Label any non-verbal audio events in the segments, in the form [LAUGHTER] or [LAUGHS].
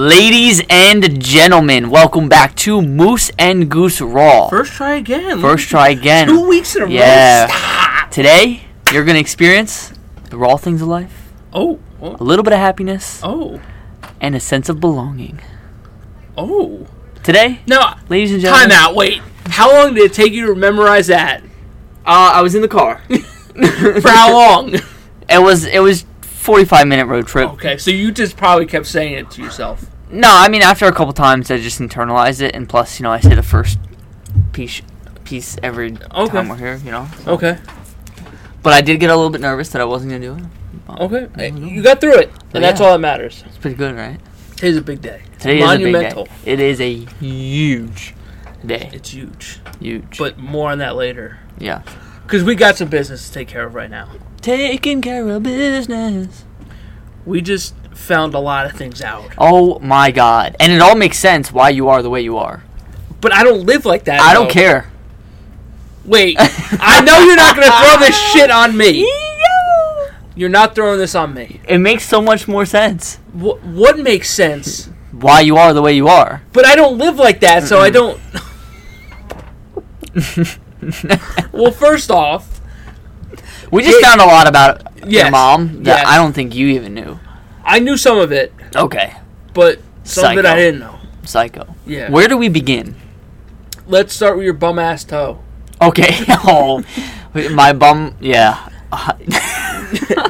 Ladies and gentlemen, welcome back to Moose and Goose Raw. First try again. First try again. Two weeks in a Yeah. row. Stop. Today, you're gonna experience the raw things of life, Oh. a Oh. little bit of happiness, Oh. and a sense of belonging. Oh. Today, Now, ladies and gentlemen, time out. Wait. How long did it take you to memorize that? Uh, I was in the [LAUGHS] car. For [LAUGHS] how long? It was it was 45 minute road trip. okay, so you just probably kept saying it to yourself. No, I mean after a couple times, I just internalized it, and plus, you know, I say the first piece piece every Okay. time we're here, you know. Okay. But I did get a little bit nervous that I wasn't gonna do it. Okay. Hey, You got through it, and Mm-hmm. Yeah. that's all that matters. It's pretty good, right? Today's a big day. Today Monumental. is a big day. It is a huge day. It's huge. Huge. But more on that later. yeah. Because we got some business to take care of right now. Taking care of business. We just found a lot of things out. Oh my god. And it all makes sense why you are the way you are. But I don't live like that. I don't though. care. Wait, [LAUGHS] I know you're not gonna throw [LAUGHS] this shit on me. You're not throwing this on me. It makes so much more sense Wh- what makes sense? why you are the way you are. But I don't live like that, so I don't. [LAUGHS] well, first off, We just It- found a lot about your Yes. mom that Yes. I don't think you even knew. I knew some of it, Okay. but some of it I Psycho. didn't know. Psycho. Yeah. Where do we begin? Let's start with your bum [LAUGHS] ass toe. Okay. oh, my bum. Yeah. [LAUGHS]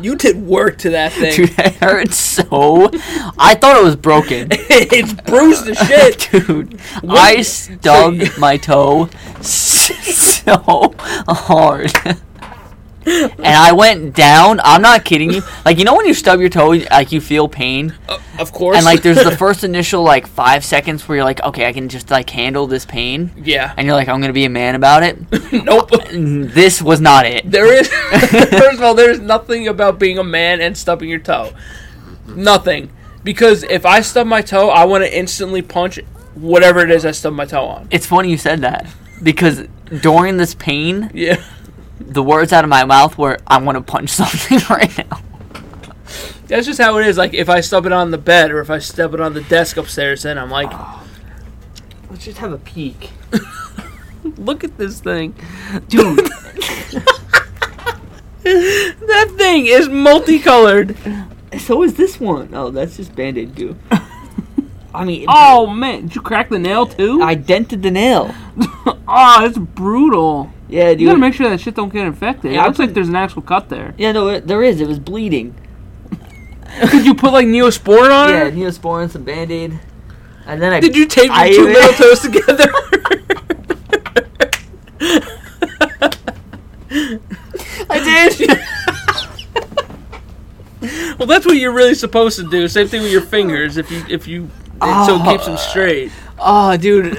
you did work to that thing. Dude, [LAUGHS] that hurts so. I thought it was broken. [LAUGHS] it's bruised to [LAUGHS] shit. [LAUGHS] Dude, What- I so stubbed you- my toe [LAUGHS] so hard. [LAUGHS] And I went down. I'm not kidding you. Like you know when you stub your toe, like you feel pain, Uh, of course. and like [LAUGHS] there's the first initial like five seconds where you're like, okay, I can just like handle this pain, [LAUGHS] yeah. and you're like, I'm gonna be a man about [LAUGHS] it. nope. And this was not it. There is [LAUGHS] first of all, there's nothing about being a man and stubbing your toe. Nothing. Because if I stub my toe, I want to instantly punch whatever it is I stub my toe on. It's funny you said that because during this pain, Yeah. [LAUGHS] the words out of my mouth were, I want to punch [LAUGHS] something right now. That's just how it is. Like if I stub it on the bed or if I stub it on the desk upstairs, then I'm like, Let's just have a peek. look at this thing. Dude, [LAUGHS] That thing is multicolored. so is this one. Oh, that's just band-aid goo. [LAUGHS] I mean, Oh man, did you crack the nail too? [LAUGHS] I dented the nail. oh, that's brutal. Yeah, dude. You gotta make sure that shit don't get infected. Yeah, I it looks put- like there's an actual cut there. yeah, no, it- there is. It was bleeding. Could you put like Neosporin on Yeah, it? Neosporin, some band-aid. And then I... Did you tape your I- two middle toes [LAUGHS] together? I did! well, that's what you're really supposed to do. Same thing with your fingers. If you if you it so it keeps them straight. oh, [LAUGHS] dude.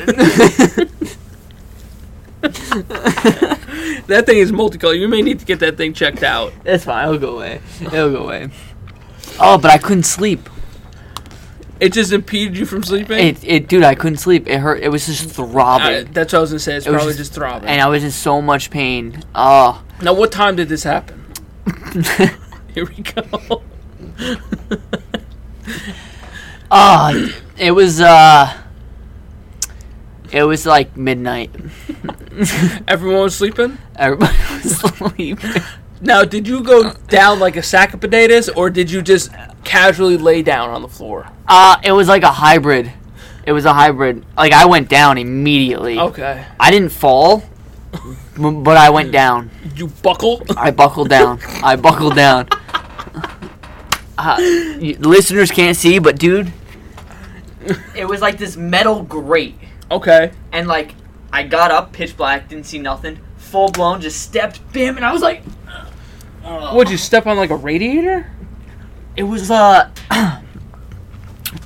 That thing is multicolored. You may need to get that thing checked out. That's fine. It'll go away. It'll go away. Oh, but I couldn't sleep. It just impeded you from sleeping. It, it, dude, I couldn't sleep. It hurt. It was just Uh, throbbing, that's what I was gonna say. It's It was probably just- just, throbbing. and I was in so much pain. [LAUGHS] Oh, now, what time did this happen? [LAUGHS] Here we go. oh, it was. uh It was like midnight. Everyone was sleeping. Everybody [LAUGHS] was sleeping. Now, did you go down like a sack of potatoes, or did you just casually lay down on the floor? Uh, it was like a hybrid. It was a hybrid. Like I went down immediately. Okay. I didn't fall, m- but I went down. Did you buckle? I buckled down. I buckled down. Uh, you, listeners can't see, but dude, it was like this metal grate, [LAUGHS] okay. and like I got up, pitch black, didn't see nothing, full blown, just stepped, bam, and I was like, Would you step on like a radiator? it was uh. [CLEARS THROAT]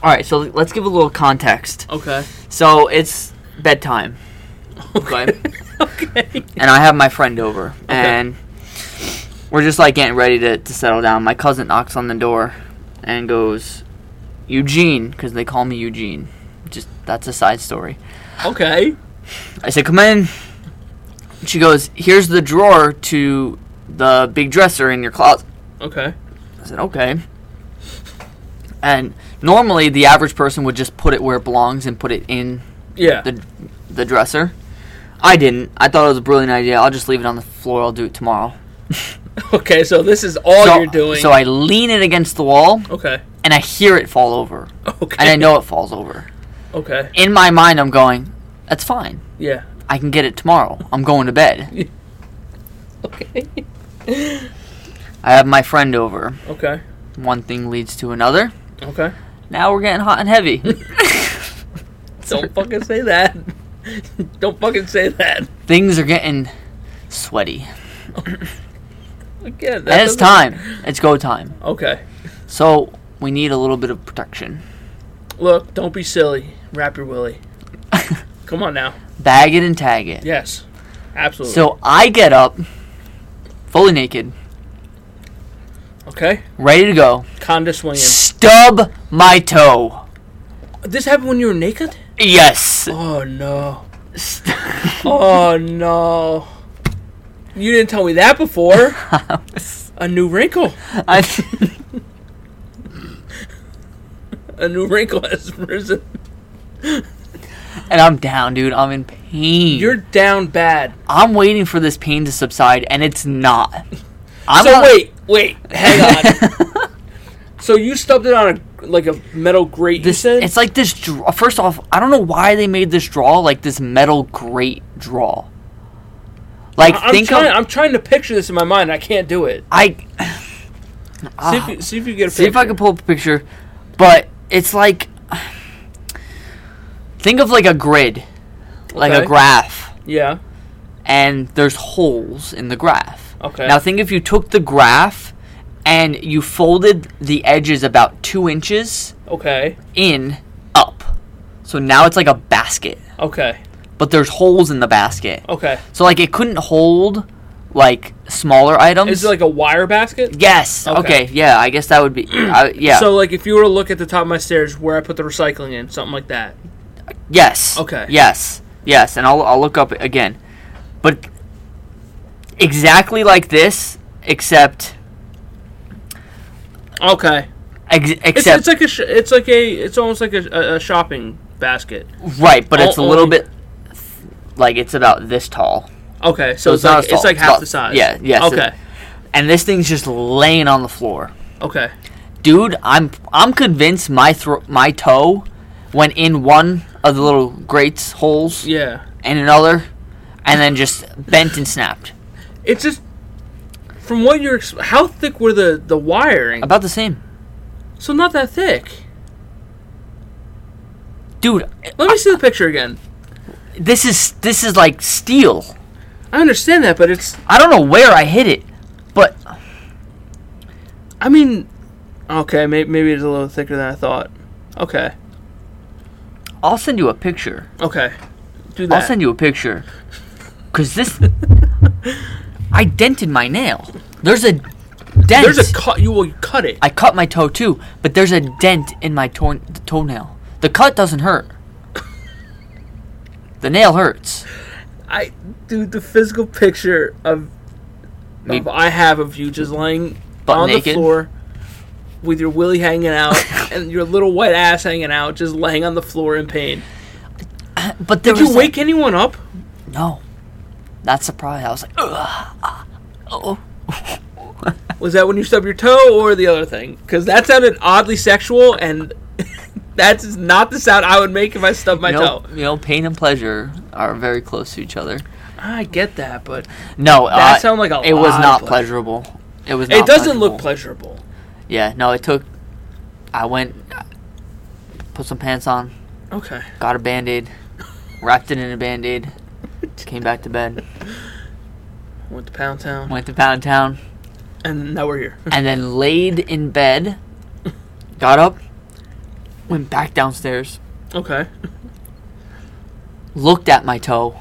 All right, so let's give a little context. Okay. [LAUGHS] So it's bedtime, okay, [LAUGHS] Okay. and I have my friend over, and we're just like getting ready to, to settle down. My cousin knocks on the door and goes, Eugene, because they call me Eugene. Just that's a side story. Okay. I said, come in. She goes, here's the drawer to the big dresser in your closet. Okay. I said, okay. And normally the average person would just put it where it belongs and put it in Yeah. the the dresser. I didn't. I thought it was a brilliant idea. I'll just leave it on the floor. I'll do it tomorrow. [LAUGHS] okay, so this is all so, you're doing. so I lean it against the wall okay. and I hear it fall over. Okay. And I know it falls over. Okay. In my mind, I'm going, that's fine. Yeah. I can get it tomorrow. I'm going to bed. Okay. I have my friend over. Okay. One thing leads to another. [LAUGHS] Okay. Now we're getting hot and heavy. [LAUGHS] Don't fucking say that. [LAUGHS] Don't fucking say that. Things are getting sweaty. Again. And that it's doesn't- time. It's go time. Okay. So we need a little bit of protection. [LAUGHS] Look, don't be silly. Wrap your willy. Come on now. Bag it and tag it. Yes. Absolutely. So I get up, fully naked, okay. ready to go. Conda swinging. Stub my toe. This happened when you were naked? [LAUGHS] Yes. [LAUGHS] Oh no. St- Oh no. You didn't tell me [LAUGHS] that before. A new wrinkle. I- A new wrinkle has risen. and I'm down, dude. I'm in pain. You're down bad. I'm waiting for this pain to subside, and it's not. I'm so not- wait, wait, hang on. [LAUGHS] so you stubbed it on a like a metal grate. This, you said it's like this. Draw, first off, I don't know why they made this draw like this metal grate draw. Like I- I'm think trying. of, I'm trying to picture this in my mind. I can't do it. I See if you, see if you get Ah. a See if I picture. can pull up a picture. But it's like think of like a grid, like Okay. a graph, Yeah. and there's holes in the graph. Okay. Now think if you took the graph and you folded the edges about two inches Okay. in up. So now it's like a basket, Okay. but there's holes in the basket. Okay. So like it couldn't hold like smaller items. Is it like a wire basket? yes. Okay. Okay. Yeah. I guess that would be. [CLEARS THROAT] I, yeah. So like if you were to look at the top of my stairs where I put the recycling in, something like that. Yes. Okay. Yes. Yes, and I'll I'll look up again. But exactly like this, except Okay. ex- It's, except it's like a sh- it's like a it's almost like a, a, a shopping basket. right, but it's a all- little only- bit like it's about this tall, Okay. So, it's it's, not assault, like it's like it's half about- the size. yeah, yes, it- Okay. and this thing's just laying on the floor. Okay. Dude, I'm I'm convinced my thro- my toe went in one of the little grates holes Yeah. and another, and then just bent and snapped. It's just from what you're. ex- How thick were the the wiring? About the same, So not that thick. dude. Let me see the picture again. This is this is like steel. I understand that, but it's. I don't know where I hit it, but I mean, okay, maybe maybe it's a little thicker than I thought. Okay. I'll send you a picture. Okay. Do I'll that. send you a picture. Cause this, I dented my nail. There's a dent. There's a cut. You will cut it. I cut my toe too, but there's a dent in my toe- toenail. The cut doesn't hurt. The nail hurts. I dude, the physical picture of, Me- of I have of you just laying Butt on the naked? floor with your willy hanging [LAUGHS] out and your little wet ass hanging out, just laying on the floor in pain. But there Did you was wake anyone up? Like, no, that's the problem. I was like, Ugh. Was that when you stubbed your toe or the other thing? Because that sounded oddly sexual, and [LAUGHS] that's not the sound I would make if I stubbed my you know, toe. you know, pain and pleasure are very close to each other. I get that, but No, That uh, sound like a It was lot of not pleasure. pleasurable. It was. Not it doesn't pleasurable. look pleasurable. Yeah, no, it took. I went, put some pants on, Okay. got a band aid, wrapped it in a band aid, came back to bed, Went to Pound Town, went to Pound Town, and now we're here. [LAUGHS] and then laid in bed, got up, went back downstairs, Okay. looked at my toe,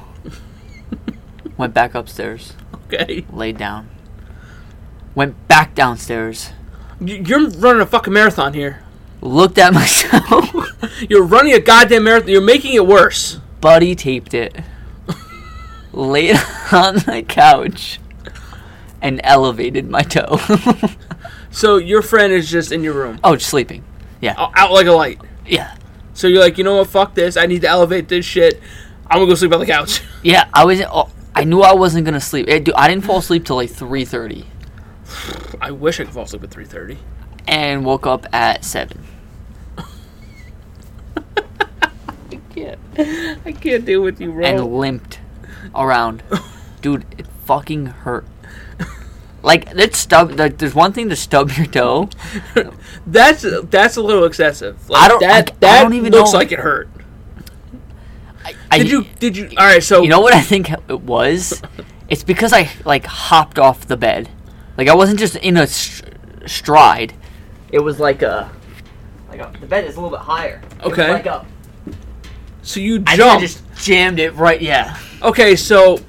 went back upstairs, Okay. laid down, went back downstairs, Y- You're running a fucking marathon here. looked at [LAUGHS] my toe, [LAUGHS] You're running a goddamn marathon. You're making it worse. buddy taped it, laid [LAUGHS] on the couch, and elevated my toe. [LAUGHS] So your friend is just in your room. oh, just sleeping. Yeah. O- out like a light. Yeah. So you're like, you know what? Fuck this. I need to elevate this shit. I'm gonna go sleep on the couch. [LAUGHS] Yeah, I was. Oh, I knew I wasn't gonna sleep. Eh, dude, I didn't fall asleep till like three thirty, I wish I could fall asleep at 3:30. and woke up at seven. I can't. [LAUGHS] I can't deal with you, bro. and limped around. Dude, it fucking hurt. Like that stub. Like, there's one thing to stub your toe. that's that's a little excessive. Like, I don't- That I- I that don't even looks know. like it hurt. I, Did you? Did you? All right. So You know what I think it [LAUGHS] was? It's because I like hopped off the bed. Like I wasn't just in a str stride. It was like a. Like a, the bed is a little bit higher. It was Okay. like a, So you I think I jump. just jammed it right. Yeah. Okay, so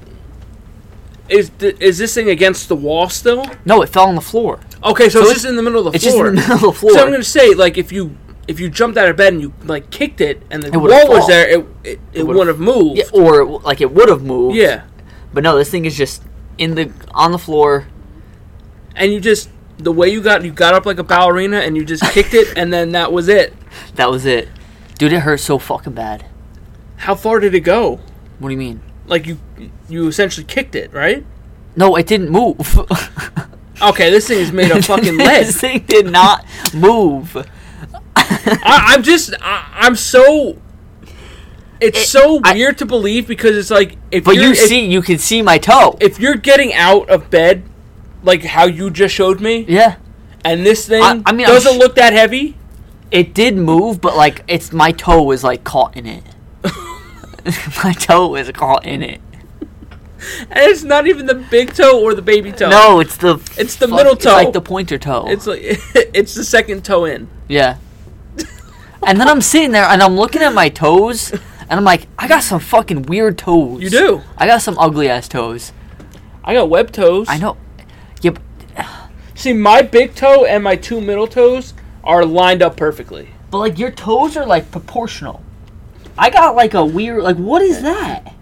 is th- is this thing against the wall still? No, it fell on the floor. Okay, So so, it's it's- just in the middle of the It's just floor. in the middle of the floor. So I'm gonna say, like, if you if you jumped out of bed and you like kicked it and the It wall would've was fall. there, it it, would've- it wouldn't have moved. yeah, or it w- like it would have moved. Yeah. But no, this thing is just in the on the floor. and you just the way you got you got up like a ballerina and you [LAUGHS] just kicked it, and then that was it. That was it. Dude, it hurt so fucking bad. How far did it go? What do you mean? Like you you essentially kicked it, right? No, it didn't move. Okay, this thing is [LAUGHS] made of fucking lead. this thing did not move. I, I'm just, I, I'm so. It's It- so I- weird to believe because it's like if But you if, see, you can see my toe. if you're getting out of bed, like how you just showed me, yeah, and this thing I- I mean, I'm doesn't sh- look that heavy. it did move, but like it's my toe was like caught in [LAUGHS] it. my toe was caught in it. And it's not even the big toe or the baby toe. No, it's the It's the fuck- middle it's like toe. the pointer toe. it's like [LAUGHS] it's the second toe in. [LAUGHS] Yeah. and then I'm sitting there and I'm looking at my toes and I'm like, I got some fucking weird toes. You do. I got some ugly ass toes. I got web toes. I know. Yeah, but, See, my big toe and my two middle toes are lined up perfectly. but like your toes are like proportional. I got like a weird like what is that?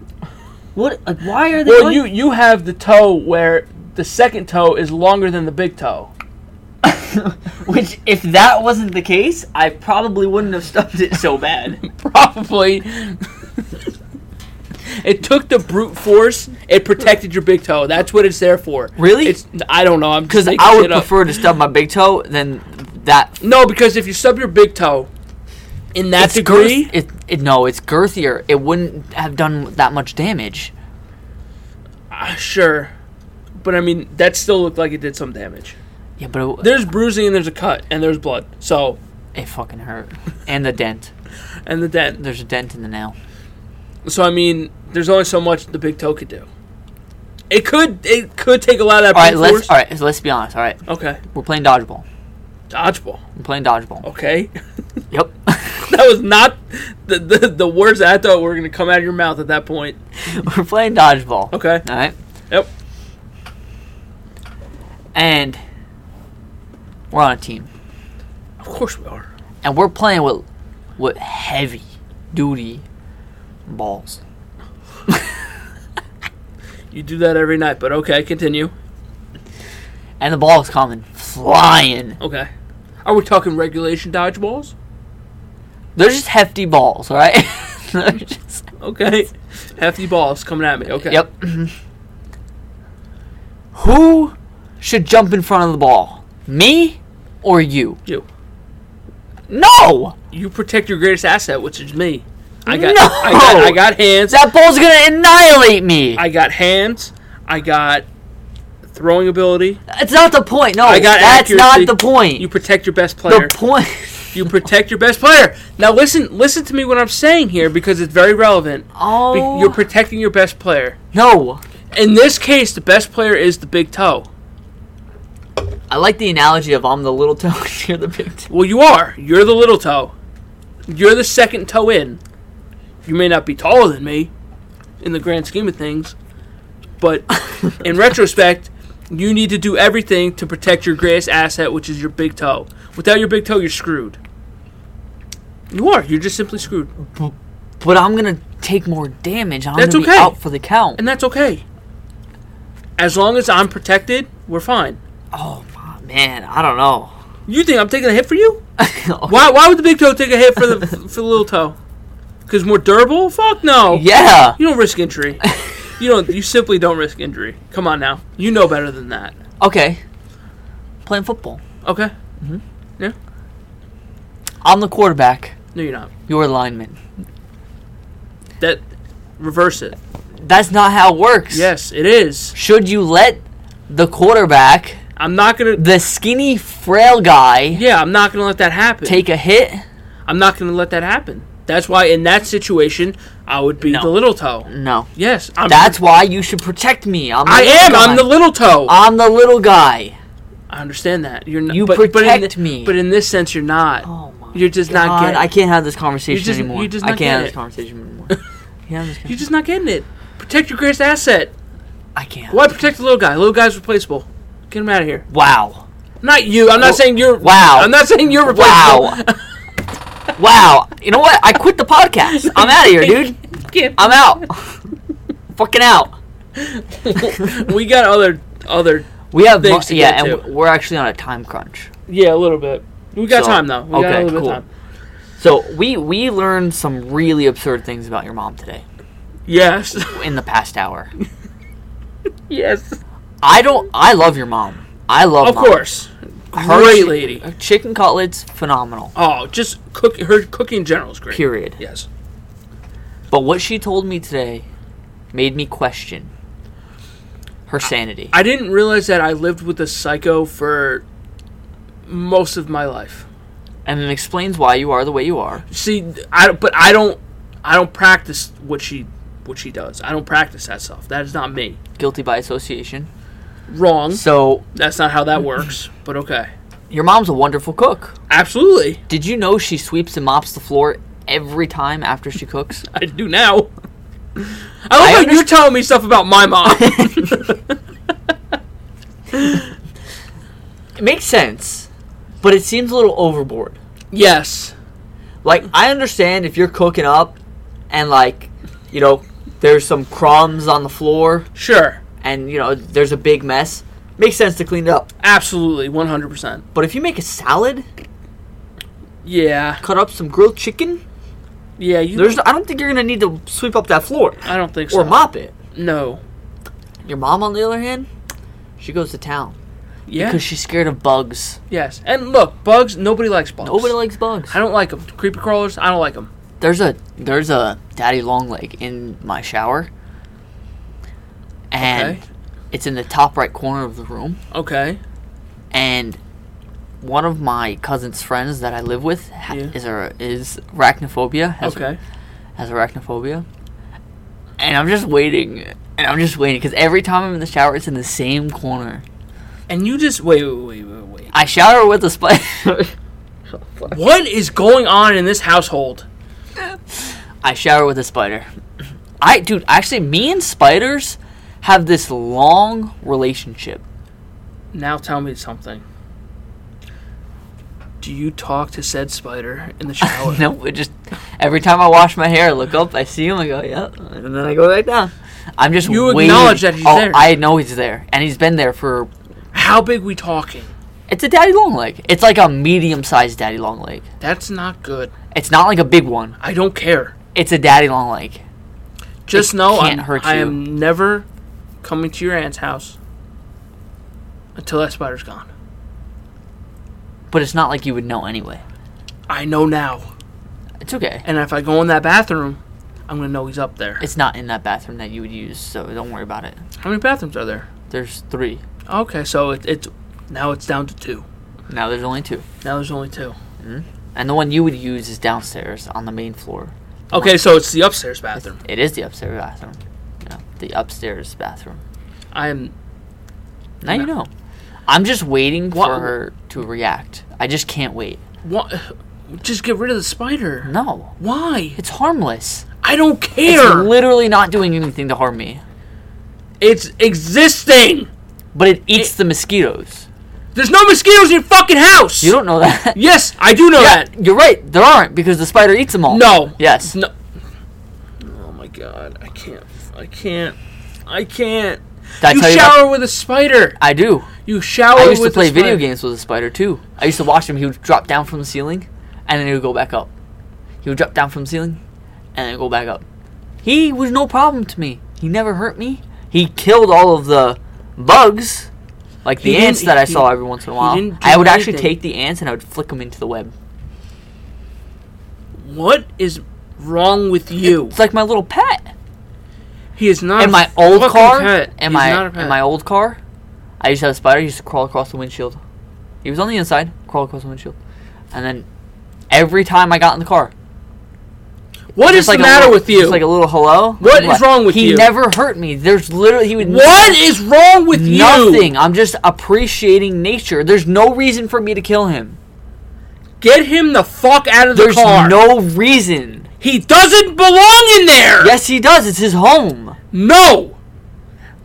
What like why are they Well, like- you you have the toe where the second toe is longer than the [LAUGHS] big toe. which if that wasn't the case, I probably wouldn't have stubbed it so [LAUGHS] bad. Probably. it took the brute force. It protected your big toe. That's what it's there for. Really? It's I don't know. I'm Cuz because I would prefer to stub my big toe than that No, because if you stub your big toe in that It's degree, girth- it, it no, it's girthier. It wouldn't have done that much damage. ah, sure. But I mean, that still looked like it did some damage. Yeah, but it, There's bruising and there's a cut and there's blood. So It fucking hurt. And the dent. and the dent. There's a dent in the nail. So I mean, there's only so much the big toe could do. It could it could take a lot of that All right, brute let's force. all right. So let's be honest. All right, Okay, we're playing dodgeball. dodgeball. We're playing dodgeball. Okay, [LAUGHS] Yep. [LAUGHS] that was not the, the the words that I thought were gonna come out of your mouth at that point. we're playing dodgeball. Okay. All right, Yep. and we're on a team, Of course we are. and we're playing with with heavy duty balls. You do that every night, but okay, continue. And the ball is coming flying. Okay. Are we talking regulation dodgeballs? They're just hefty balls, all right? [LAUGHS] They're just- Okay. Hefty balls coming at me. Okay. Yep. [LAUGHS] Who should jump in front of the ball? Me or you? You. No! You protect your greatest asset, which is me. I got No! I got I got hands. That ball's gonna annihilate me! I got hands. I got throwing ability. That's not the point, no. I got that's accuracy. not the point. You protect your best player. the point. you protect your best player. Now listen, listen to me what I'm saying here because it's very relevant. Be- Oh. You're protecting your best player. no. In this case, the best player is the big toe. I like the analogy of I'm the little toe [LAUGHS] and you're the big toe. Well, you are. You're the little toe. You're the second toe in. You may not be taller than me in the grand scheme of things, but in retrospect, you need to do everything to protect your greatest asset, which is your big toe. Without your big toe, you're screwed. You are. You're just simply screwed. But I'm gonna take more damage. I'm That's gonna okay. be out for the count. And that's okay. As long as I'm protected, we're fine. [LAUGHS] oh, man, I don't know. You think I'm taking a hit for you? Oh, Why? Why would the big toe take a hit for the [LAUGHS] for the little toe? Because more durable? Fuck no. [LAUGHS] Yeah. You don't risk injury. you don't. You simply don't risk injury. Come on now. You know better than that. Okay. Playing football. Okay. I'm the quarterback. No, you're not. You're the lineman. That reverse it. That's not how it works. Yes, it is. Should you let the quarterback, I'm not gonna. the skinny, frail guy, Yeah, I'm not gonna let that happen. take a hit? I'm not gonna let that happen. That's why in that situation, I would be No. the little toe. No. Yes, I'm. That's why you should protect me. I'm the I little am. Guy. I'm the little toe. I'm the little guy. I understand that. You're not. You but, but in protect thi- me. But in this sense, you're not. Oh my. You're just not God, getting- I can't have this conversation You're just- anymore. you're just I not can't have getting this it. conversation [LAUGHS] anymore. Can't have this con- You're just not getting it. Protect your greatest asset. I can't. Why protect the little guy? Little guy's replaceable. Get him out of here. Wow. Not you. I'm not Wha- saying you're. Oh, wow. I'm not saying you're replaceable. [LAUGHS] Wow. wow. You know what? I quit the podcast. I'm out of here, dude. Get- I'm out. Fucking out. [LAUGHS] we got other other. We have Things mo- to yeah, get and to. we're actually on a time crunch. Yeah, a little bit. We got So, time though. We got okay, a little cool. bit of time. So we we learned some really absurd things about your mom today Yes. [LAUGHS] in the past hour. yes. I don't. I love your mom. I love Of mom. course. Her Great chi- lady. her Chicken cutlets, phenomenal. Oh, just cook her cooking in general is great. Period. Yes. But what she told me today made me question her sanity. I didn't realize that I lived with a psycho for most of my life. and it explains why you are the way you are. See, I but I don't I don't practice what she what she does. I don't practice that stuff. That is not me. Guilty by association. Mm-hmm. Wrong. So, That's not how [LAUGHS] that works. But okay. your mom's a wonderful cook. Absolutely. Did you know she sweeps and mops the floor every time after she cooks? I do now. I love how you're underst- telling me stuff about [LAUGHS] my mom. [LAUGHS] It makes sense, but it seems a little overboard. yes. Like, I understand if you're cooking up and, like, you know, there's some crumbs on the floor Sure. and, you know, there's a big mess. Makes sense to clean it up. Absolutely. 100%. But if you make a salad, Yeah. cut up some grilled chicken, Yeah, you There's, I don't think you're gonna need to sweep up that floor I don't think so. or mop it. No. Your mom, on the other hand, she goes to town Yeah. because she's scared of bugs. Yes. And look, bugs, nobody likes bugs. Nobody likes bugs. I don't like them. Creepy crawlers, I don't like them. There's a there's a daddy long leg in my shower, and Okay. it's in the top right corner of the room. Okay. And one of my cousin's friends that I live with ha- Yeah. is a, is arachnophobia. Has Okay. has arachnophobia. And I'm just waiting. And I'm just waiting because every time I'm in the shower, it's in the same corner. And you just wait, wait, wait, wait, I shower with a spider. wait. What is going on in this household? [LAUGHS] I shower with a spider. I, dude, actually, me and spiders have this long relationship. Now tell me something. Do you talk to said spider [LAUGHS] in the shower? No, it just every time I wash my hair, I look up, I see him, I go, yep, and then I go right down. I'm just You waiting. acknowledge that he's oh, there. I know he's there, and he's been there for. How big we talking? It's a daddy long leg. It's like a medium-sized daddy long leg. That's not good. It's not like a big one. I don't care. It's a daddy long leg. Just know can't I'm, hurt I you. am never coming to your aunt's house until that spider's gone. But it's not like you would know anyway. I know now. It's okay. And if I go in that bathroom, I'm gonna know he's up there. It's not in that bathroom that you would use, so don't worry about it. How many bathrooms are there? There's three. Okay, so it, it's now it's down to two. Now there's only two. Now there's only two. And the one you would use is downstairs on the main floor. Okay, so it's the upstairs bathroom. It is the upstairs bathroom. Yeah, the upstairs bathroom. I am Now you know. I'm just waiting What- for her to react. I just can't wait. what? Just get rid of the spider. No. Why? It's harmless. I don't It's care. literally not doing anything to harm me. It's, existing. But it eats the mosquitoes. There's no mosquitoes in your fucking house. You don't know that. [LAUGHS] yes, I do know Yeah, that. you're right. There aren't because the spider eats them all. No. Yes. No. Oh my god, I can't. I can't. I can't. Did I you tell you about- shower with a spider. I do. You shower. I used Oh, with to a play video spider. games with a spider too. I used to watch him. He would drop down from the ceiling, and then he would go back up. He would drop down from the ceiling, and then go back up. He was no problem to me. He never hurt me. He killed all of the bugs, like He the didn't- ants that I he- saw every once in a he while. didn't do I would actually anything. take the ants and I would flick them into the web. What is wrong with you? It's like my little pet. He is not in a my old fucking car, Pet. in He's my not a pet. in my old car, I used to have a spider. He used to crawl across the windshield. He was on the inside, crawl across the windshield, and then every time I got in the car, What is just like the a matter little- with you? Just like a little hello. What is wrong with he you? He never hurt me. There's literally he would. what is wrong with you? Nothing. I'm just appreciating nature. There's no reason for me to kill him. Get him the fuck out of the There's car. no reason. he doesn't belong in there. Yes, he does. It's his home. No.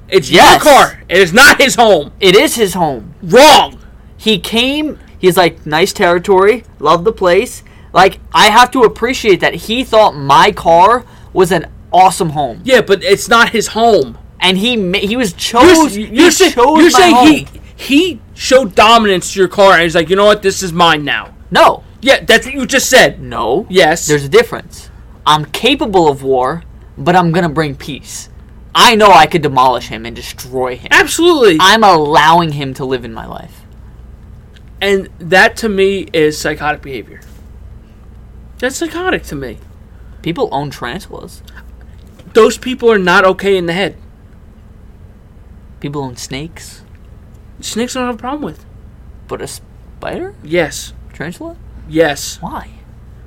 It's Yes. your car. It is not his home. It is his home. Wrong. He came. He's like nice territory. Love the place. Like I have to appreciate that he thought my car was an awesome home, Yeah, but it's not his home. and he ma- he was You're, chose. s- he you're, say- chose you're my saying he home. he showed dominance to your car and he's like, you know what, this is mine now. no Yeah, that's what you just said. no Yes. There's a difference. I'm capable of war, but I'm gonna bring peace. I know I could demolish him and destroy him. Absolutely. I'm allowing him to live in my life. And that to me is psychotic behavior. That's psychotic to me. People own tarantulas. Those people are not okay in the head. People own snakes, Snakes don't have a problem with. but a spider Yes. tarantula? Yes. Why?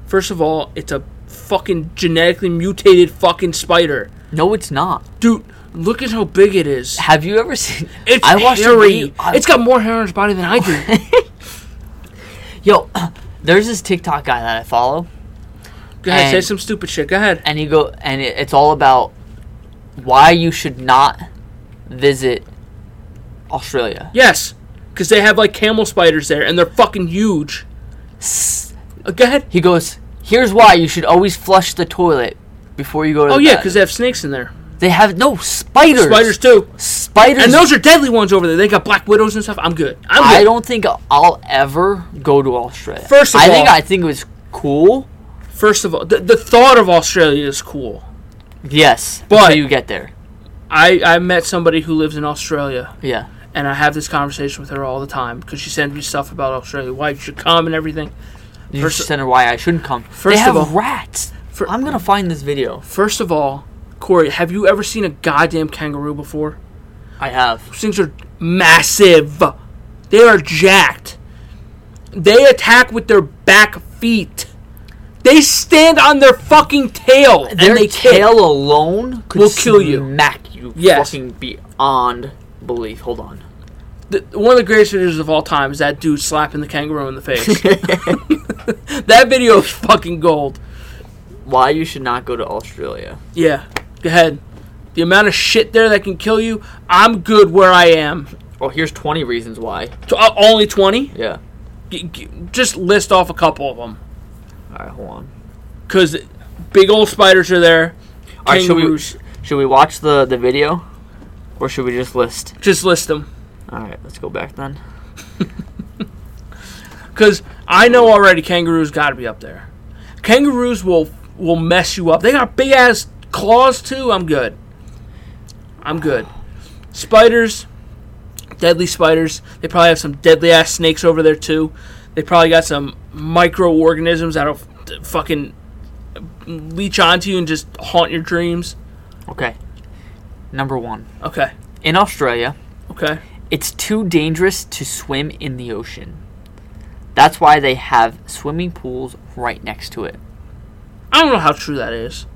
First of all, it's a fucking genetically mutated fucking spider. No, it's not. Dude, look at how big it is. Have you ever seen? It's watched a hairy. video- I- it's got more hair on its body than [LAUGHS] I do. yo. [CLEARS THROAT] There's this TikTok guy that I follow, Go ahead, say And- some stupid shit. Go ahead. and he go and it, it's all about why you should not visit Australia. Yes, because they have like camel spiders there, and they're fucking huge. Uh, go ahead. He goes, "Here's why you should always flush the toilet before you go to Oh the yeah, bath." because they have snakes in there. they have no spiders. Spiders too. Spiders. And those are deadly ones over there. They got black widows and stuff. I'm good. I'm good. I don't think I'll ever go to Australia. First of I think all- I think it was cool. First of all, the, the thought of Australia is cool. Yes, But- until you get there. I, I met somebody who lives in Australia, Yeah, and I have this conversation with her all the time because she sends me stuff about Australia, why you should come and everything. you First- just wonder why I shouldn't come. first they have of all- rats. Fir- I'm gonna find this video. First of all, Corey, have you ever seen a goddamn kangaroo before? I have. Those things are massive. They are jacked. They attack with their back feet. They stand on their fucking tail. and Their they kick. tail alone could Will kill you. Smack you Yes. fucking beyond belief. Hold [LAUGHS] on. The, one of the greatest videos of all time is that dude slapping the kangaroo in the face. [LAUGHS] that video is fucking gold. Why you should not go to Australia? Yeah, go ahead. The amount of shit there that can kill you, I'm good where I am. Oh, here's 20 reasons why. T- uh, only 20? Yeah. G- g- just list off a couple of them. All right, hold on. Because big old spiders are there. All right, should we Kangaroos. should we watch the the video, or should we just list? Just list them. All right, let's go back then. Because I know already kangaroos got to be up there. Kangaroos will will mess you up. They got big ass claws too. I'm good. I'm good. Spiders, deadly spiders. They probably have some deadly ass snakes over there too. They probably got some microorganisms that'll f- fucking leech onto you and just haunt your dreams. Okay. Number one, Okay. in Australia, Okay. it's too dangerous to swim in the ocean. That's why they have swimming pools right next to it. I don't know how true that is.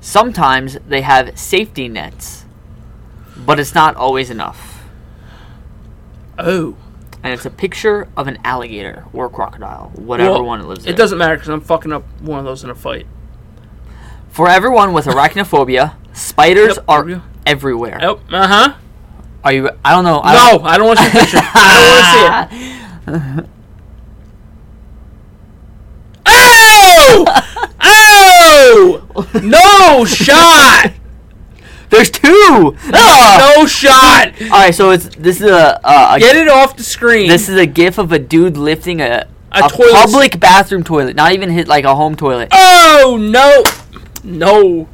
Sometimes they have safety nets, but it's not always enough. Oh. And it's a picture of an alligator or a crocodile, whatever Well, one it lives in. It doesn't matter because I'm fucking up one of those in a fight. For everyone with arachnophobia, spiders Yep, are phobia. everywhere. Oh, uh huh. Are you? I don't know. I [LAUGHS] No, I don't want to see the picture. I don't want to see it. [LAUGHS] Oh! Oh! No shot! [LAUGHS] There's two. Ooh! Ah! No shot. All right, so it's this is a, uh, a Get it off the screen. this is a gif of a dude lifting a A a, toilet s- public bathroom toilet, not even hit like a home toilet, oh no, no.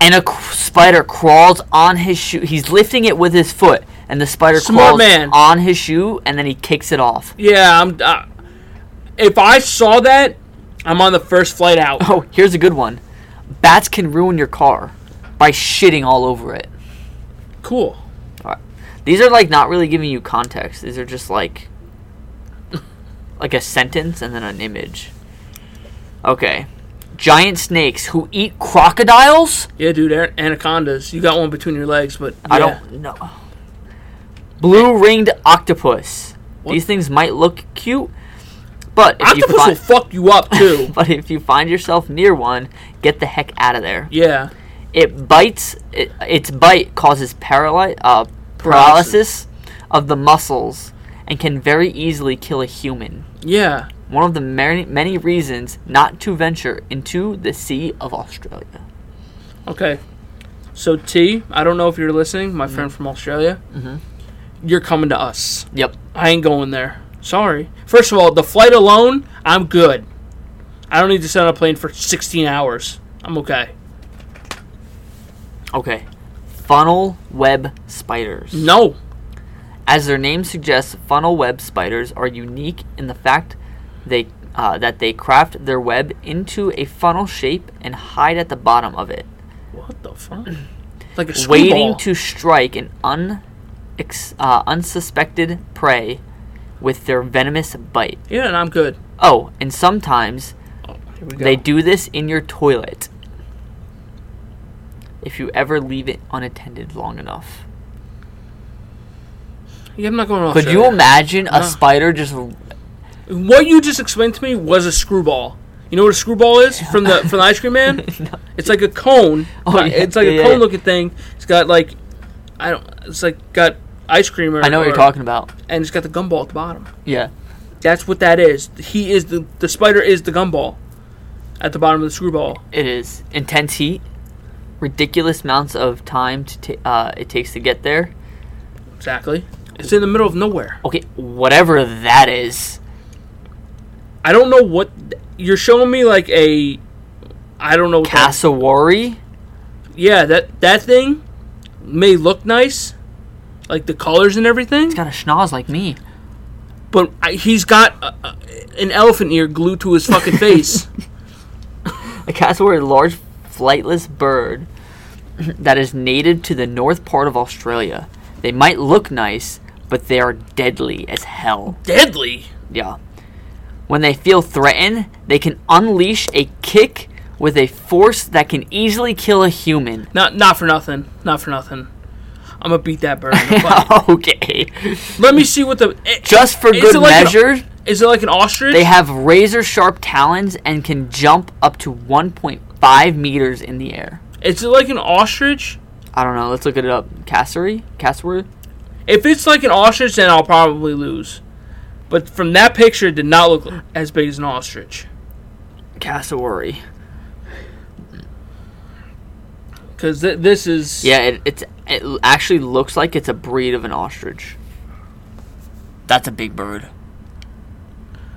and a cr- spider crawls on his shoe. He's lifting it with his foot, and the spider Smart crawls man. on his shoe, and then he kicks it off. Yeah, I'm. Uh, if I saw that, I'm on the first flight out. Oh, here's a good one. Bats can ruin your car by shitting all over it. Cool. These are like not really giving you context. These are just like [LAUGHS] like a sentence and then an image. Okay. Giant snakes who eat crocodiles? Yeah, dude, an- anacondas. You got one between your legs, but I yeah. don't know. Blue ringed octopus. What? These things might look cute, but if Octopus you will find, fuck you [LAUGHS] up too. but if you find yourself near one, get the heck out of there. yeah. It bites. It, its bite causes paraly- uh, Paralysis. paralysis of the muscles and can very easily kill a human. Yeah. One of the many, many reasons not to venture into the sea of Australia. Okay. So T, I don't know if you're listening, my friend from Australia. Mhm. You're coming to us. Yep. I ain't going there. Sorry. First of all, the flight alone, I'm good. I don't need to sit on a plane for 16 hours. I'm okay. Okay. Funnel web spiders. No. As their name suggests, funnel web spiders are unique in the fact they uh, that they craft their web into a funnel shape and hide at the bottom of it. What the fuck? [CLEARS THROAT] Like a screwball. waiting to strike an un, ex, uh, unsuspected prey with their venomous bite. Yeah, and I'm good. Oh, and sometimes Here we go. they do this in your toilet if you ever leave it unattended long enough. yeah, I'm not going to Could you imagine a spider just? [LAUGHS] What you just explained to me was a screwball. You know what a screwball is from the from the ice [LAUGHS] cream man? It's like a cone. Oh, yeah. It's like Yeah, a yeah, cone yeah. looking thing. It's got like I don't. It's like got ice cream. Or, I know what or- you're talking about. And it's got the gumball at the bottom. Yeah. That's what that is. He is the the spider is the gumball at the bottom of the screwball. It is intense heat, ridiculous amounts of time to ta- uh, it takes to get there. Exactly. It's in the middle of nowhere. Okay, whatever that is. I don't know what you're showing me. Like a I don't know. What that- Cassowary. yeah, that that thing may look nice, like the colors and everything. It's got a schnoz like me. But I, he's got a, a, an elephant ear glued to his [LAUGHS] fucking face. A cassowary is a large flightless bird [CLEARS THROAT] that is native to the north part of Australia. They might look nice, but they are deadly as hell. Deadly. Yeah. When they feel threatened, they can unleash a kick with a force that can easily kill a human. [LAUGHS] Not not for nothing. Not for nothing. I'm gonna beat that bird. [LAUGHS] in the butt. okay. Let me see what the eh, Just for Is it good like an- measure, is it like an ostrich? they have razor sharp talons and can jump up to 1.5 meters in the air. is it like an ostrich? I don't know. Let's look it up. Cassowary? Cassowary? If it's like an ostrich, then I'll probably lose. But from that picture, it did not look as big as an ostrich. Cassowary. Because th- this is Yeah, it, it's it l- actually looks like it's a breed of an ostrich. That's a big bird.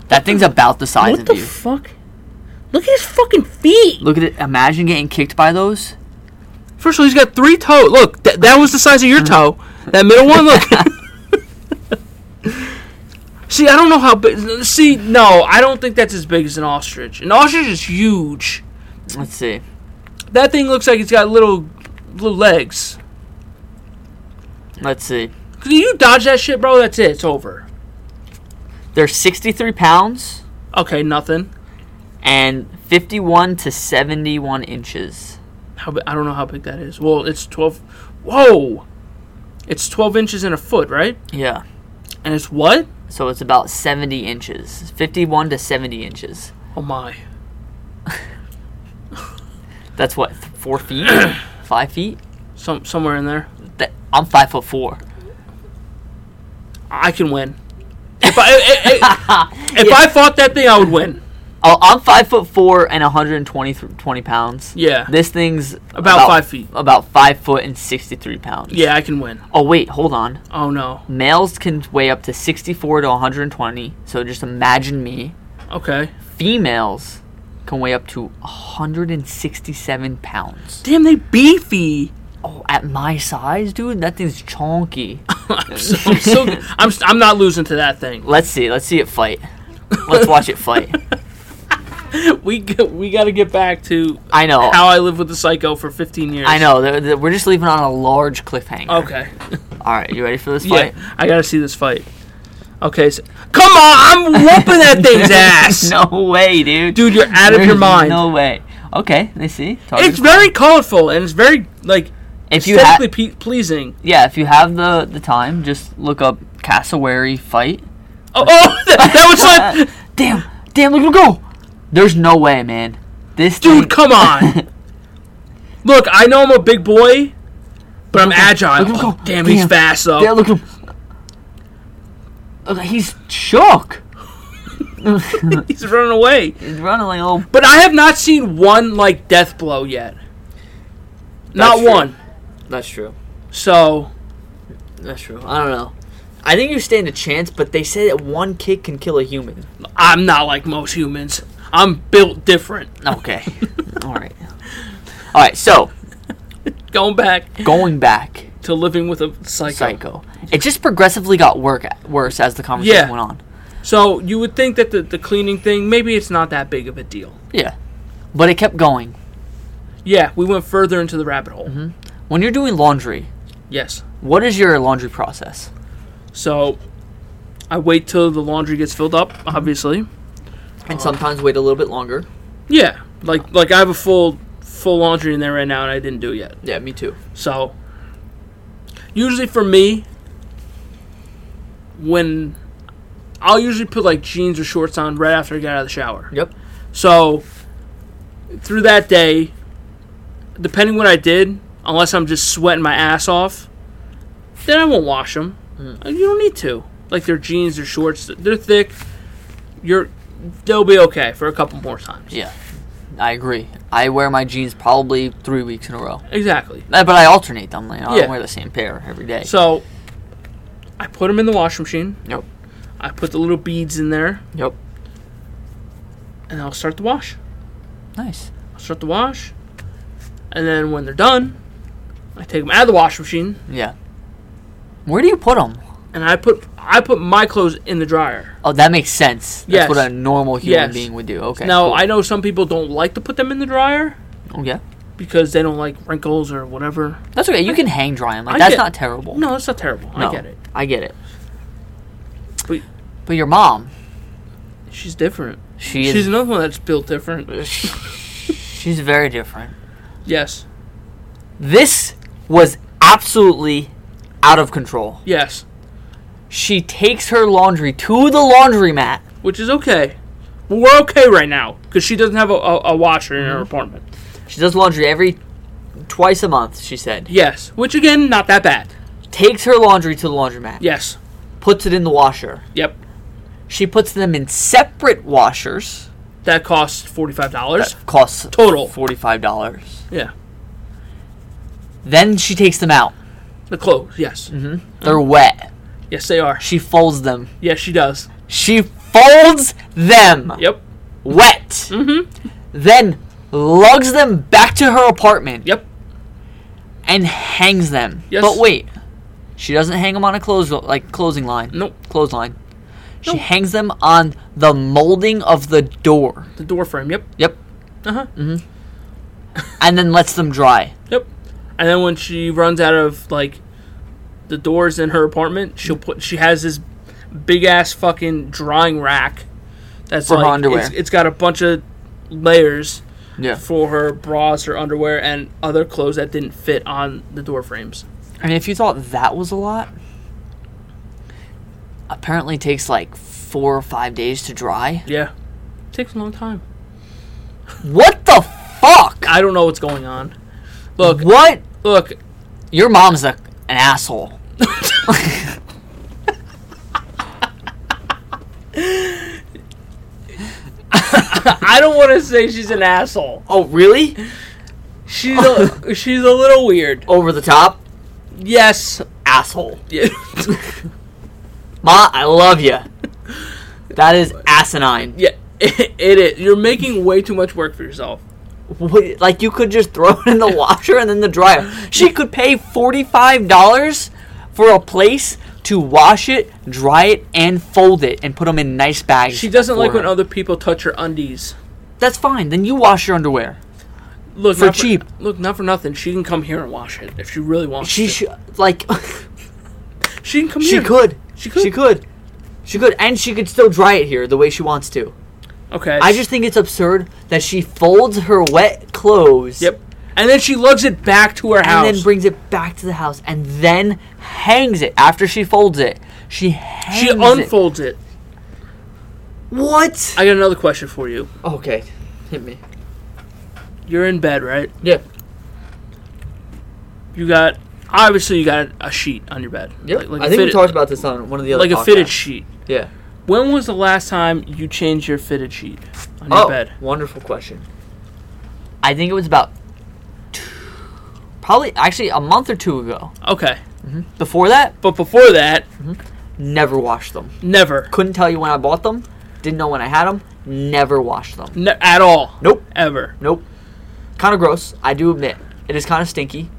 That thing's about the size What of the you. fuck? Look at his fucking feet. Look at it. Imagine getting kicked by those. First of all, he's got three toes. Look, th- that was the size of your toe. That middle one, look. [LAUGHS] see, I don't know how big. See, no, I don't think that's as big as an ostrich. An ostrich is huge. Let's see. That thing looks like it's got little, little legs. Let's see. Cause you dodge that shit, bro. That's it. It's over. They're 63 pounds Okay, nothing. and 51 to 71 inches. How bi- I don't know how big that is. Well, it's twelve. Whoa, it's twelve inches in a foot, right? Yeah. And it's what? So it's about 70 inches. 51 to 70 inches. Oh my. That's what, th- four [CLEARS THROAT] feet? five feet? Some somewhere in there. That, I'm five foot four. eh, [LAUGHS] I can win. If I i- i- if I fought that thing, I would win. I'll- Oh, I'm five foot four and 120 th- 20 pounds. Yeah. This thing's about, five feet. About five foot and 63 pounds. Yeah, I can win. Oh wait, hold on. Oh no. Males can weigh up to 64 to 120. So just imagine me. Okay. Females can weigh up to 167 pounds. Damn, they beefy. [LAUGHS] Oh, at my size, dude, that thing's chonky. I'm so, [LAUGHS] I'm, so good. I'm, s- I'm not losing to that thing. Let's see. Let's see it [LAUGHS] fight. Let's watch it fight. We g- we got to get back to I know. how I lived with the psycho for 15 years. Oh. I know. th- th- We're just leaving on a large cliffhanger. Okay. All right, you ready for this Yeah, fight? I got to see this fight. Okay. So, come on, I'm whooping [LAUGHS] that thing's ass. no way, dude. Dude, you're out of your There's mind. No way. Okay, let's see. Target it's very colorful and it's very like if you have aesthetically pe- pleasing. yeah, if you have the the time, just look up cassowary fight. Uh, Oh, oh [LAUGHS] that, that [LAUGHS] was like, Damn, damn, look at him go. There's no way, man. This dude, thing- come on. Look, I know I'm a big boy, but I'm agile. Look at him Oh, go. damn, [LAUGHS] he's Damn. fast though. Yeah, look at him. Look, he's shook. [LAUGHS] He's running away. He's running like a little. But I have not seen one like death blow yet. not true. one. That's true. So That's true. I don't know. I think you stand a chance, but they say that one kick can kill a human. I'm not like most humans. I'm built different. [LAUGHS] Okay. All right. All right. So Going back going back, to living with a psycho. psycho. It just progressively got work, worse as the conversation Yeah. went on. So you would think that the, the cleaning thing, maybe it's not that big of a deal. Yeah. But it kept going. Yeah, we went further into the rabbit hole. Mm-hmm. When you're doing laundry, Yes. what is your laundry process? So I wait till the laundry gets filled up, obviously. And sometimes wait a little bit longer. Yeah. Like like I have a full full laundry in there right now and I didn't do it yet. Yeah, me too. So, usually for me, when I'll usually put like jeans or shorts on right after I get out of the shower. Yep. So, through that day, depending what I did, unless I'm just sweating my ass off, then I won't wash them. You don't need to. Like their jeans, their shorts, they're thick. You're they'll be okay for a couple more times. Yeah. I agree. I wear my jeans probably three weeks in a row. Exactly. Uh, But I alternate them. Like, I Yeah. don't wear the same pair every day. So, I put them in the washing machine. Yep. I put the little beads in there, Yep. and I'll start the wash. Nice. I'll start the wash, and then when they're done, I take them out of the washing machine, Yeah. Where do you put them? and I put I put my clothes in the dryer. Oh, that makes sense. That's Yes. what a normal human Yes. being would do. Okay. now cool. I know some people don't like to put them in the dryer Oh, yeah. because they don't like wrinkles or whatever. That's okay. You can hang dry them. Like, I that's get- not terrible. No, that's not terrible. No, I get it. I get it. But But your mom, she's different. she is. she's She's, another one that's built [LAUGHS] different. very different. yes, This was absolutely out of control. yes, She takes her laundry to the laundromat. which is okay. We're okay right now because she doesn't have a, a, a washer in her Mm-hmm. apartment. She does laundry every twice a month, she said. Yes, which again, not that bad. Takes her laundry to the laundromat. Yes. Puts it in the washer. Yep. She puts them in separate washers. That costs forty five dollars. Costs Total. $45. Yeah. Then she takes them out. The clothes, yes. Mm-hmm. They're Mm. wet. Yes, they are. She folds them. Yes, she does. She folds them. Yep. Mm-hmm. wet. Then lugs them back to her apartment Yep. and hangs them. Yes. But wait, she doesn't hang them on a clothes like closing line. Nope. Clothesline. She Nope. hangs them on the molding of the door. The door frame. Yep. Yep. Uh huh. Mm. And then lets them dry. Yep. And then when she runs out of like the doors in her apartment, she'll put. She has this big ass fucking drying rack. That's For her like, underwear. It's, it's got a bunch of layers Yeah. for her bras, her underwear, and other clothes that didn't fit on the door frames. And if you thought that was a lot, apparently it takes like four or five days to dry. Yeah. Takes a long time. What the fuck? I don't know what's going on. Look, What? look, Your mom's a, an asshole. I don't want to say she's an asshole. Oh, really? She's [LAUGHS] a, she's a little weird. Over the top? Yes. Asshole. Yeah. [LAUGHS] Ma, I love [LAUGHS] you. That is asinine. yeah. It, it is. You're making way too much work for yourself. What- Like, you could just throw it in the washer and then the dryer. She could pay $45 for a place to wash it, dry it, and fold it and put them in nice bags. She doesn't for like when her. other people touch her undies. That's fine. Then you wash your underwear. Look For not cheap. Look, not for nothing. She can come here and wash it if she really wants. She to. should, like, [LAUGHS] she can come she here. could. She could. She could. She could. And she could still dry it here the way she wants to. Okay. I just think it's absurd that she folds her wet clothes. Yep. And then she lugs it back to her house. And then brings it back to the house and then hangs it after she folds it. She hangs she it. unfolds it. What? I got another question for you. okay. Hit me. You're in bed, right? Yeah. You got obviously you got a sheet on your bed. Like- like a fitted- about this on one of the like a fitted sheet. Yeah. When was the last time you changed your fitted sheet on your Oh, bed? wonderful question. I think it was about two- probably actually a month or two ago. Okay. Before that, But before that, never washed them. never. Couldn't tell you when I bought them. Didn't know when I had them. Never washed them. Ne- at all. Nope. Ever. Nope. Kind of gross. I do admit it is kind of stinky.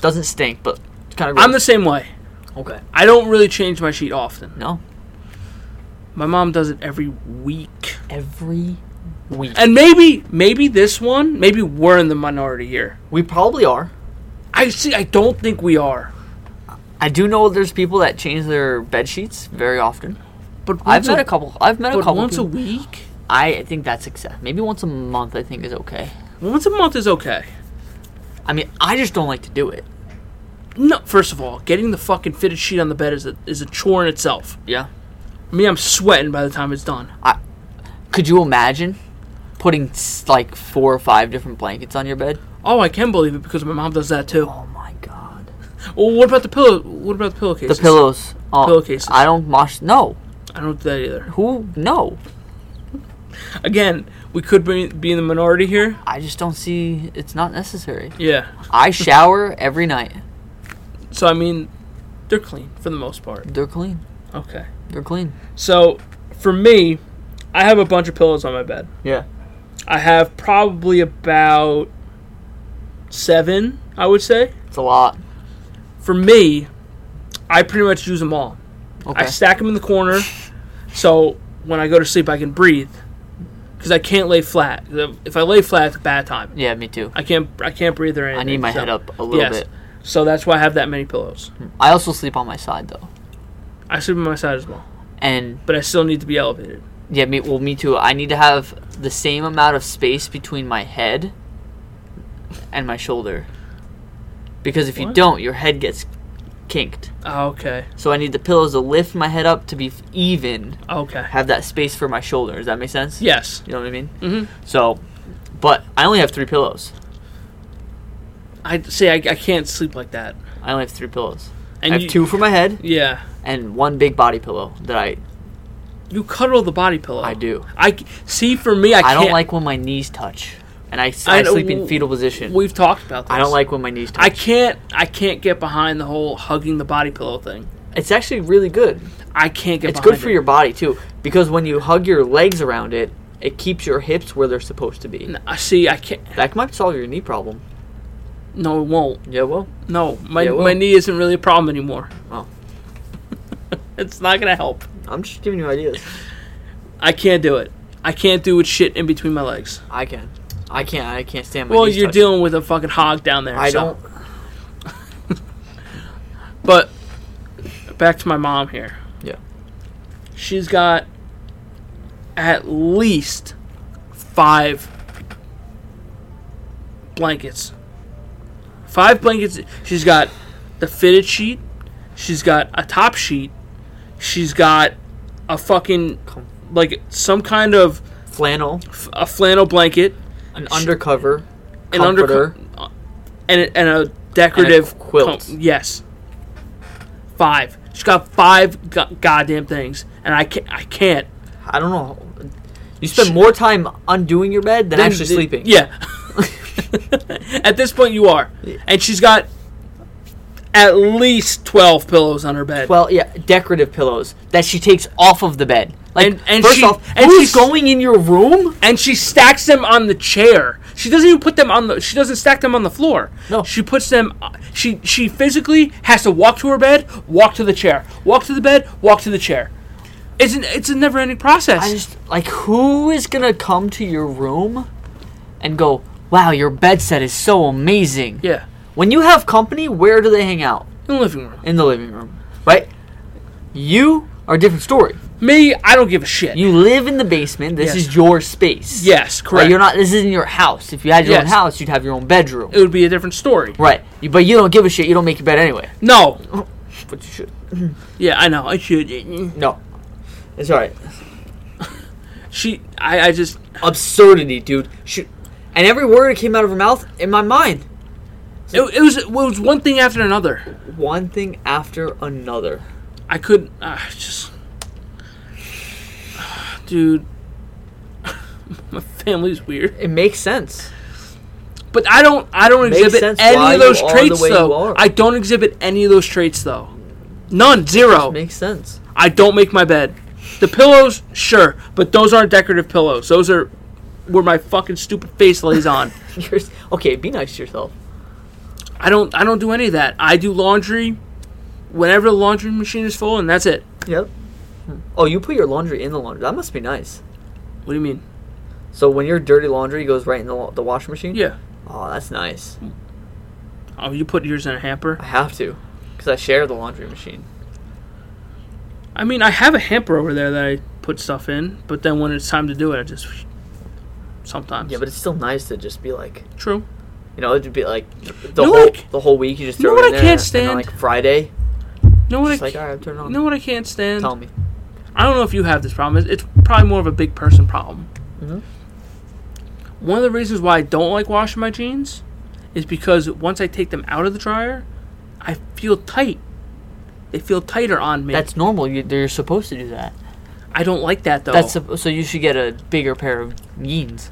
Doesn't stink, but it's kind of gross. I'm the same way. okay. I don't really change my sheet often. No, My mom does it every week. every week And maybe maybe this one, maybe we're in the minority here. we probably are. I see I don't think we are. I do know there's people that change their bed sheets very often. But I've once met a couple. I've met a But couple. once a people- week? I think that's success. Maybe once a month, I think is okay. Once a month is okay. I mean, I just don't like to do it. No, first of all, getting the fucking fitted sheet on the bed is a is a chore in itself. Yeah. I mean, I'm sweating by the time it's done. Could you imagine putting s- like four or five different blankets on your bed? Oh, I can believe it because my mom does that too. Oh my god. Well, what about the pillow? What about the pillowcases? The pillows. Oh, Pillowcases. I don't wash. No. I don't do that either. Who? No. Again, we could be, be in the minority here. I just don't see. It's not necessary. Yeah. [LAUGHS] I shower every night. So I mean, they're clean for the most part. They're clean. Okay. They're clean. So for me, I have a bunch of pillows on my bed. Yeah. I have probably about seven, I would say. It's a lot. For me, I pretty much use them all. Okay. I stack them in the corner, so when I go to sleep, I can breathe. Because I can't lay flat. If I lay flat, it's a bad time. yeah, me too. I can't. I can't breathe or anything. I need my so- head up a little yes. bit. So that's why I have that many pillows. I also sleep on my side though. I sleep on my side as well, And but I still need to be elevated. yeah, me well me too. I need to have the same amount of space between my head and my shoulder. Because if you What? don't, your head gets kinked. Oh, okay. So I need the pillows to lift my head up to be f- even, Okay. have that space for my shoulder. Does that make sense? Yes. You know what I mean? Mhm. So, but I only have three pillows. I say I, I can't sleep like that. I only have three pillows. And I have you, two for my head Yeah. and one big body pillow that I You cuddle the body pillow. I do. I c- see. For me, I, I, can't, don't like when my knees touch, and I, s- I I know- sleep in fetal position. We've talked about this. I don't like when my knees touch. I can't. I can't get behind the whole hugging the body pillow thing. it's actually really good. I can't get. It's good behind for it. your body too, because when you hug your legs around it, it keeps your hips where they're supposed to be. N- I see. I can't. That might solve your knee problem. No, it won't. Yeah, well, No, my Yeah, well- my knee isn't really a problem anymore. Oh. [LAUGHS] it's not gonna help. I'm just giving you ideas. I can't do it. I can't do it shit in between my legs. I can, I can't, I can't stand. My Well, knees you're touching. dealing with a fucking hog down there. I so- don't. But back to my mom here. Yeah. She's got at least five blankets. Five blankets. She's got the fitted sheet. She's got a top sheet. She's got a fucking Com- like some kind of Flannel, f- a flannel blanket, an undercover, an undercover, comforter, and a, and a decorative And a quilt. com- yes, five. She's got five go- goddamn things, and I can't. I can't. I don't know. You spend more time undoing your bed than Then- actually then- sleeping. Yeah. [LAUGHS] at this point, you are, and she's got at least twelve pillows on her bed. Well, yeah, decorative pillows that she takes off of the bed. Like, And- and first she- off, and who's she's- going in your room? and she stacks them on the chair. She doesn't even put them on the. She doesn't stack them on the floor. No. she puts them. She she physically has to walk to her bed, walk to the chair, walk to the bed, walk to the chair. It's an, it's a never ending process. I just like who is gonna come to your room and go, "Wow, your bed set is so amazing." yeah, When you have company, where do they hang out? in the living room. In the living room, right? You are a different story. Me, I don't give a shit. You live in the basement. This Yes. is your space. yes, Right, correct. you're not. This isn't your house. If you had your own Yes. house, you'd have your own bedroom. It would be a different story. Right. You- But you don't give a shit. You don't make your bed anyway. No. But you should. Yeah, I know. I should. No. It's all right. She. I. I just. Absurdity, dude. Shoot. And every word that came out of her mouth in my mind, It, it was. It was one thing after another. one thing after another. I couldn't. Uh, just, [SIGHS] dude, [LAUGHS] my family's weird. It makes sense. But I don't. I don't Makes exhibit sense any why of those you are the traits way you though. are. I don't exhibit any of those traits though. None. Zero. Makes sense. [LAUGHS] I don't make my bed. The pillows, sure, but those aren't decorative pillows. Those are where my fucking stupid face lays on. You're, s- okay, be nice to yourself. I don't. I don't do any of that. I do laundry whenever the laundry machine is full, and that's it. Yep. Oh, you put your laundry in the laundry. That must be nice. What do you mean? So when your dirty laundry goes right in the, wa- the washing machine. Yeah. Oh, that's nice. Oh, you put yours in a hamper. I have to, because I share the laundry machine. I mean, I have a hamper over there that I put stuff in, but then when it's time to do it, I just sometimes. Yeah, but it's still nice to just be like, true. you know, it'd be like the You know whole what I- the whole week. You just you know throw what it in I there, And can't stand? then, like Friday, You know what? it's I, like, all right, turn it on. you know what I can't stand? Tell me. I don't know if you have this problem. It's, it's probably more of a big person problem. Mhm. One of the reasons why I don't like washing my jeans is because once I take them out of the dryer, I feel tight. They feel tighter on me. That's normal. You, you're supposed to do that. I don't like that though. That's sup- so you should get a bigger pair of jeans.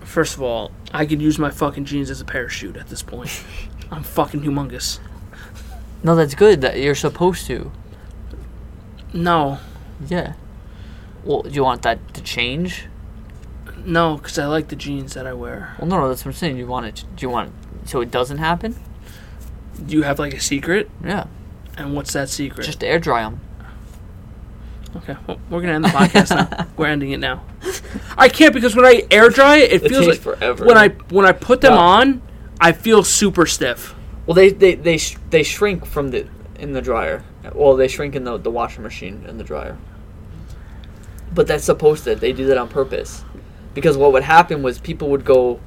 First of all, I could use my fucking jeans as a parachute at [LAUGHS] this point. I'm fucking humongous. No, that's good. That you're supposed to. No, Yeah. Well, do you want that to change? No, because I like the jeans that I wear. Well, no, no. That's what I'm saying. You want it? Do you want it so it doesn't happen? Do you have like a secret? Yeah. And what's that secret? Just air dry them. okay, well, we're gonna end the [LAUGHS] podcast now. We're ending it now. I can't because when I air dry it, it, It feels takes like forever. when I when I put them Yeah. on, I feel super stiff. Well, they they they sh- they shrink from the in the dryer. Well, they shrink in the the washing machine and the dryer. But that's supposed to. They do that on purpose, because what would happen was people would go.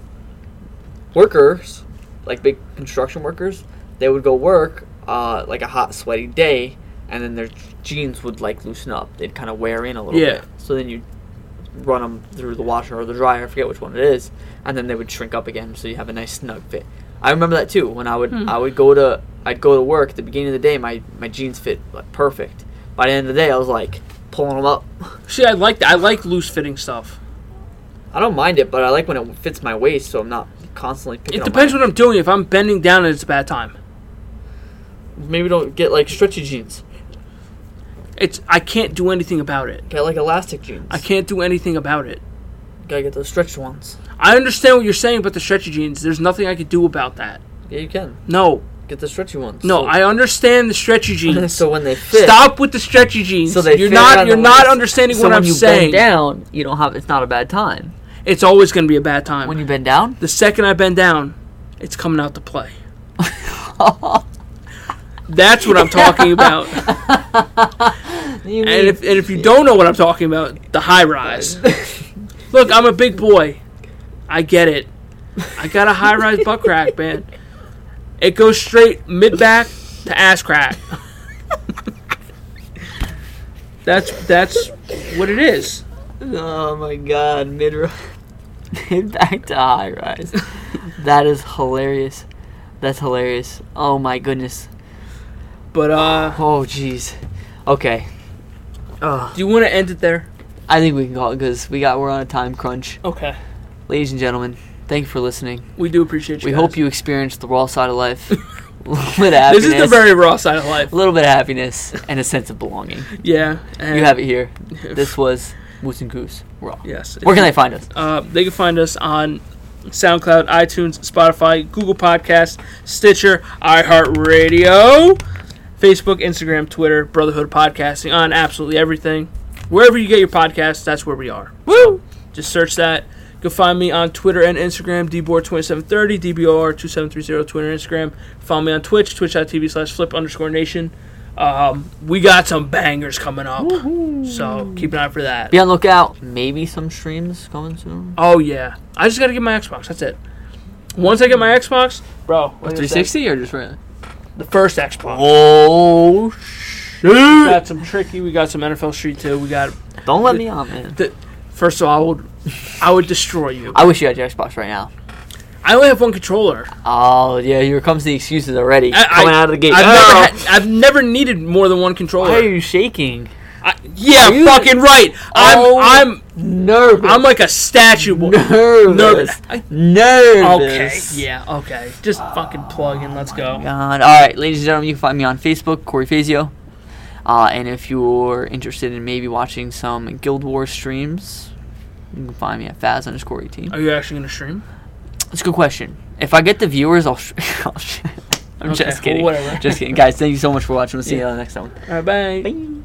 Workers, like big construction workers, they would go work uh, like a hot, sweaty day, and then their jeans would like loosen up. They'd kind of wear in a little Yeah. bit. So then you run them through the washer or the dryer, I forget which one it is, and then they would shrink up again, so you have a nice snug fit. I remember that too. When I would I would go to I'd go to work at the beginning of the day, my my jeans fit like perfect. By the end of the day, I was like pulling them up. See, I like that. I like loose fitting stuff. I don't mind it, but I like when it fits my waist, so I'm not constantly picking. It depends what I'm doing. If I'm bending down, it's a bad time. What Maybe don't get like stretchy jeans. It's I can't do anything about it. Get like elastic jeans. I can't do anything about it. Gotta get those stretched ones. I understand what you're saying about the stretchy jeans. There's nothing I could do about that. Yeah, you can No, get the stretchy ones. no, So- I understand the stretchy [LAUGHS] jeans. so when they fit, Stop with the stretchy jeans. So they you're fit not around you're the not waist. understanding so what when I'm you saying. bend down, you don't have. It's not a bad time It's always going to be a bad time. when you bend down. the second I bend down, it's coming out to play. That's what I'm talking about. and You mean- if and if you don't know what I'm talking about, the high rise. Look, I'm a big boy. I get it. I got a high rise butt crack, man. It goes straight mid back to ass crack. that's that's what it is. Oh my god, mid [LAUGHS] mid back to high [LAUGHS] rise. that is hilarious. That's hilarious. Oh my goodness. But uh Oh jeez. Okay. do you want to end it there? I think we can call it because we got we're on a time crunch. Okay. Ladies and gentlemen, thank you for listening. We do appreciate you. we guys. hope you experienced the raw side of [LAUGHS] life. [LAUGHS] a little bit of happiness. This is the very raw side of life. a little bit of happiness and a sense of belonging. Yeah. and- You have it [LAUGHS] here. This was Moose and Goose Raw. Yes. Where can they find us? Uh, they can find us on SoundCloud, iTunes, Spotify, Google Podcasts, Stitcher, iHeartRadio, Facebook, Instagram, Twitter, Brotherhood Podcasting, on absolutely everything. Wherever you get your podcasts, that's where we are. Woo! Just search that. You can find me on Twitter and Instagram, dbor2730, dbor2730, Twitter and Instagram. Follow me on Twitch, twitch.tv slash flip underscore nation. Um, we got some bangers coming up, so keep an eye for that. Be on lookout. Maybe some streams coming soon. Oh yeah, I just gotta get my Xbox. That's it. Once I get my Xbox, bro, what is that? or just really? the first Xbox. Oh shit! We got some tricky. We got some NFL Street too. We got Don't let me on, man. first of all, I would, I would destroy you. I wish you had your Xbox right now. I only have one controller. Oh yeah, here comes the excuses already I- I- coming out of the gate. I've, Oh. never had, I've never needed more than one controller. Why are you shaking? I- yeah, Are you- fucking right. Oh. I'm, I'm, Nervous. I'm like a statue. boy. nervous. Nervous. I- Okay. Nervous. Yeah. Okay. Just fucking plug in. Let's go. God. All right, ladies and gentlemen, you can find me on Facebook, Corey Fazio. Uh, and if you're interested in maybe watching some Guild Wars streams, you can find me at Faz underscore 18. Are you actually gonna stream? That's a good question. If I get the viewers, I'll. Sh- [LAUGHS] I'll sh- I'm Okay, just kidding. whatever. Just kidding. Guys, thank you so much for watching. We'll see you on the next one. All right. Bye. Bye.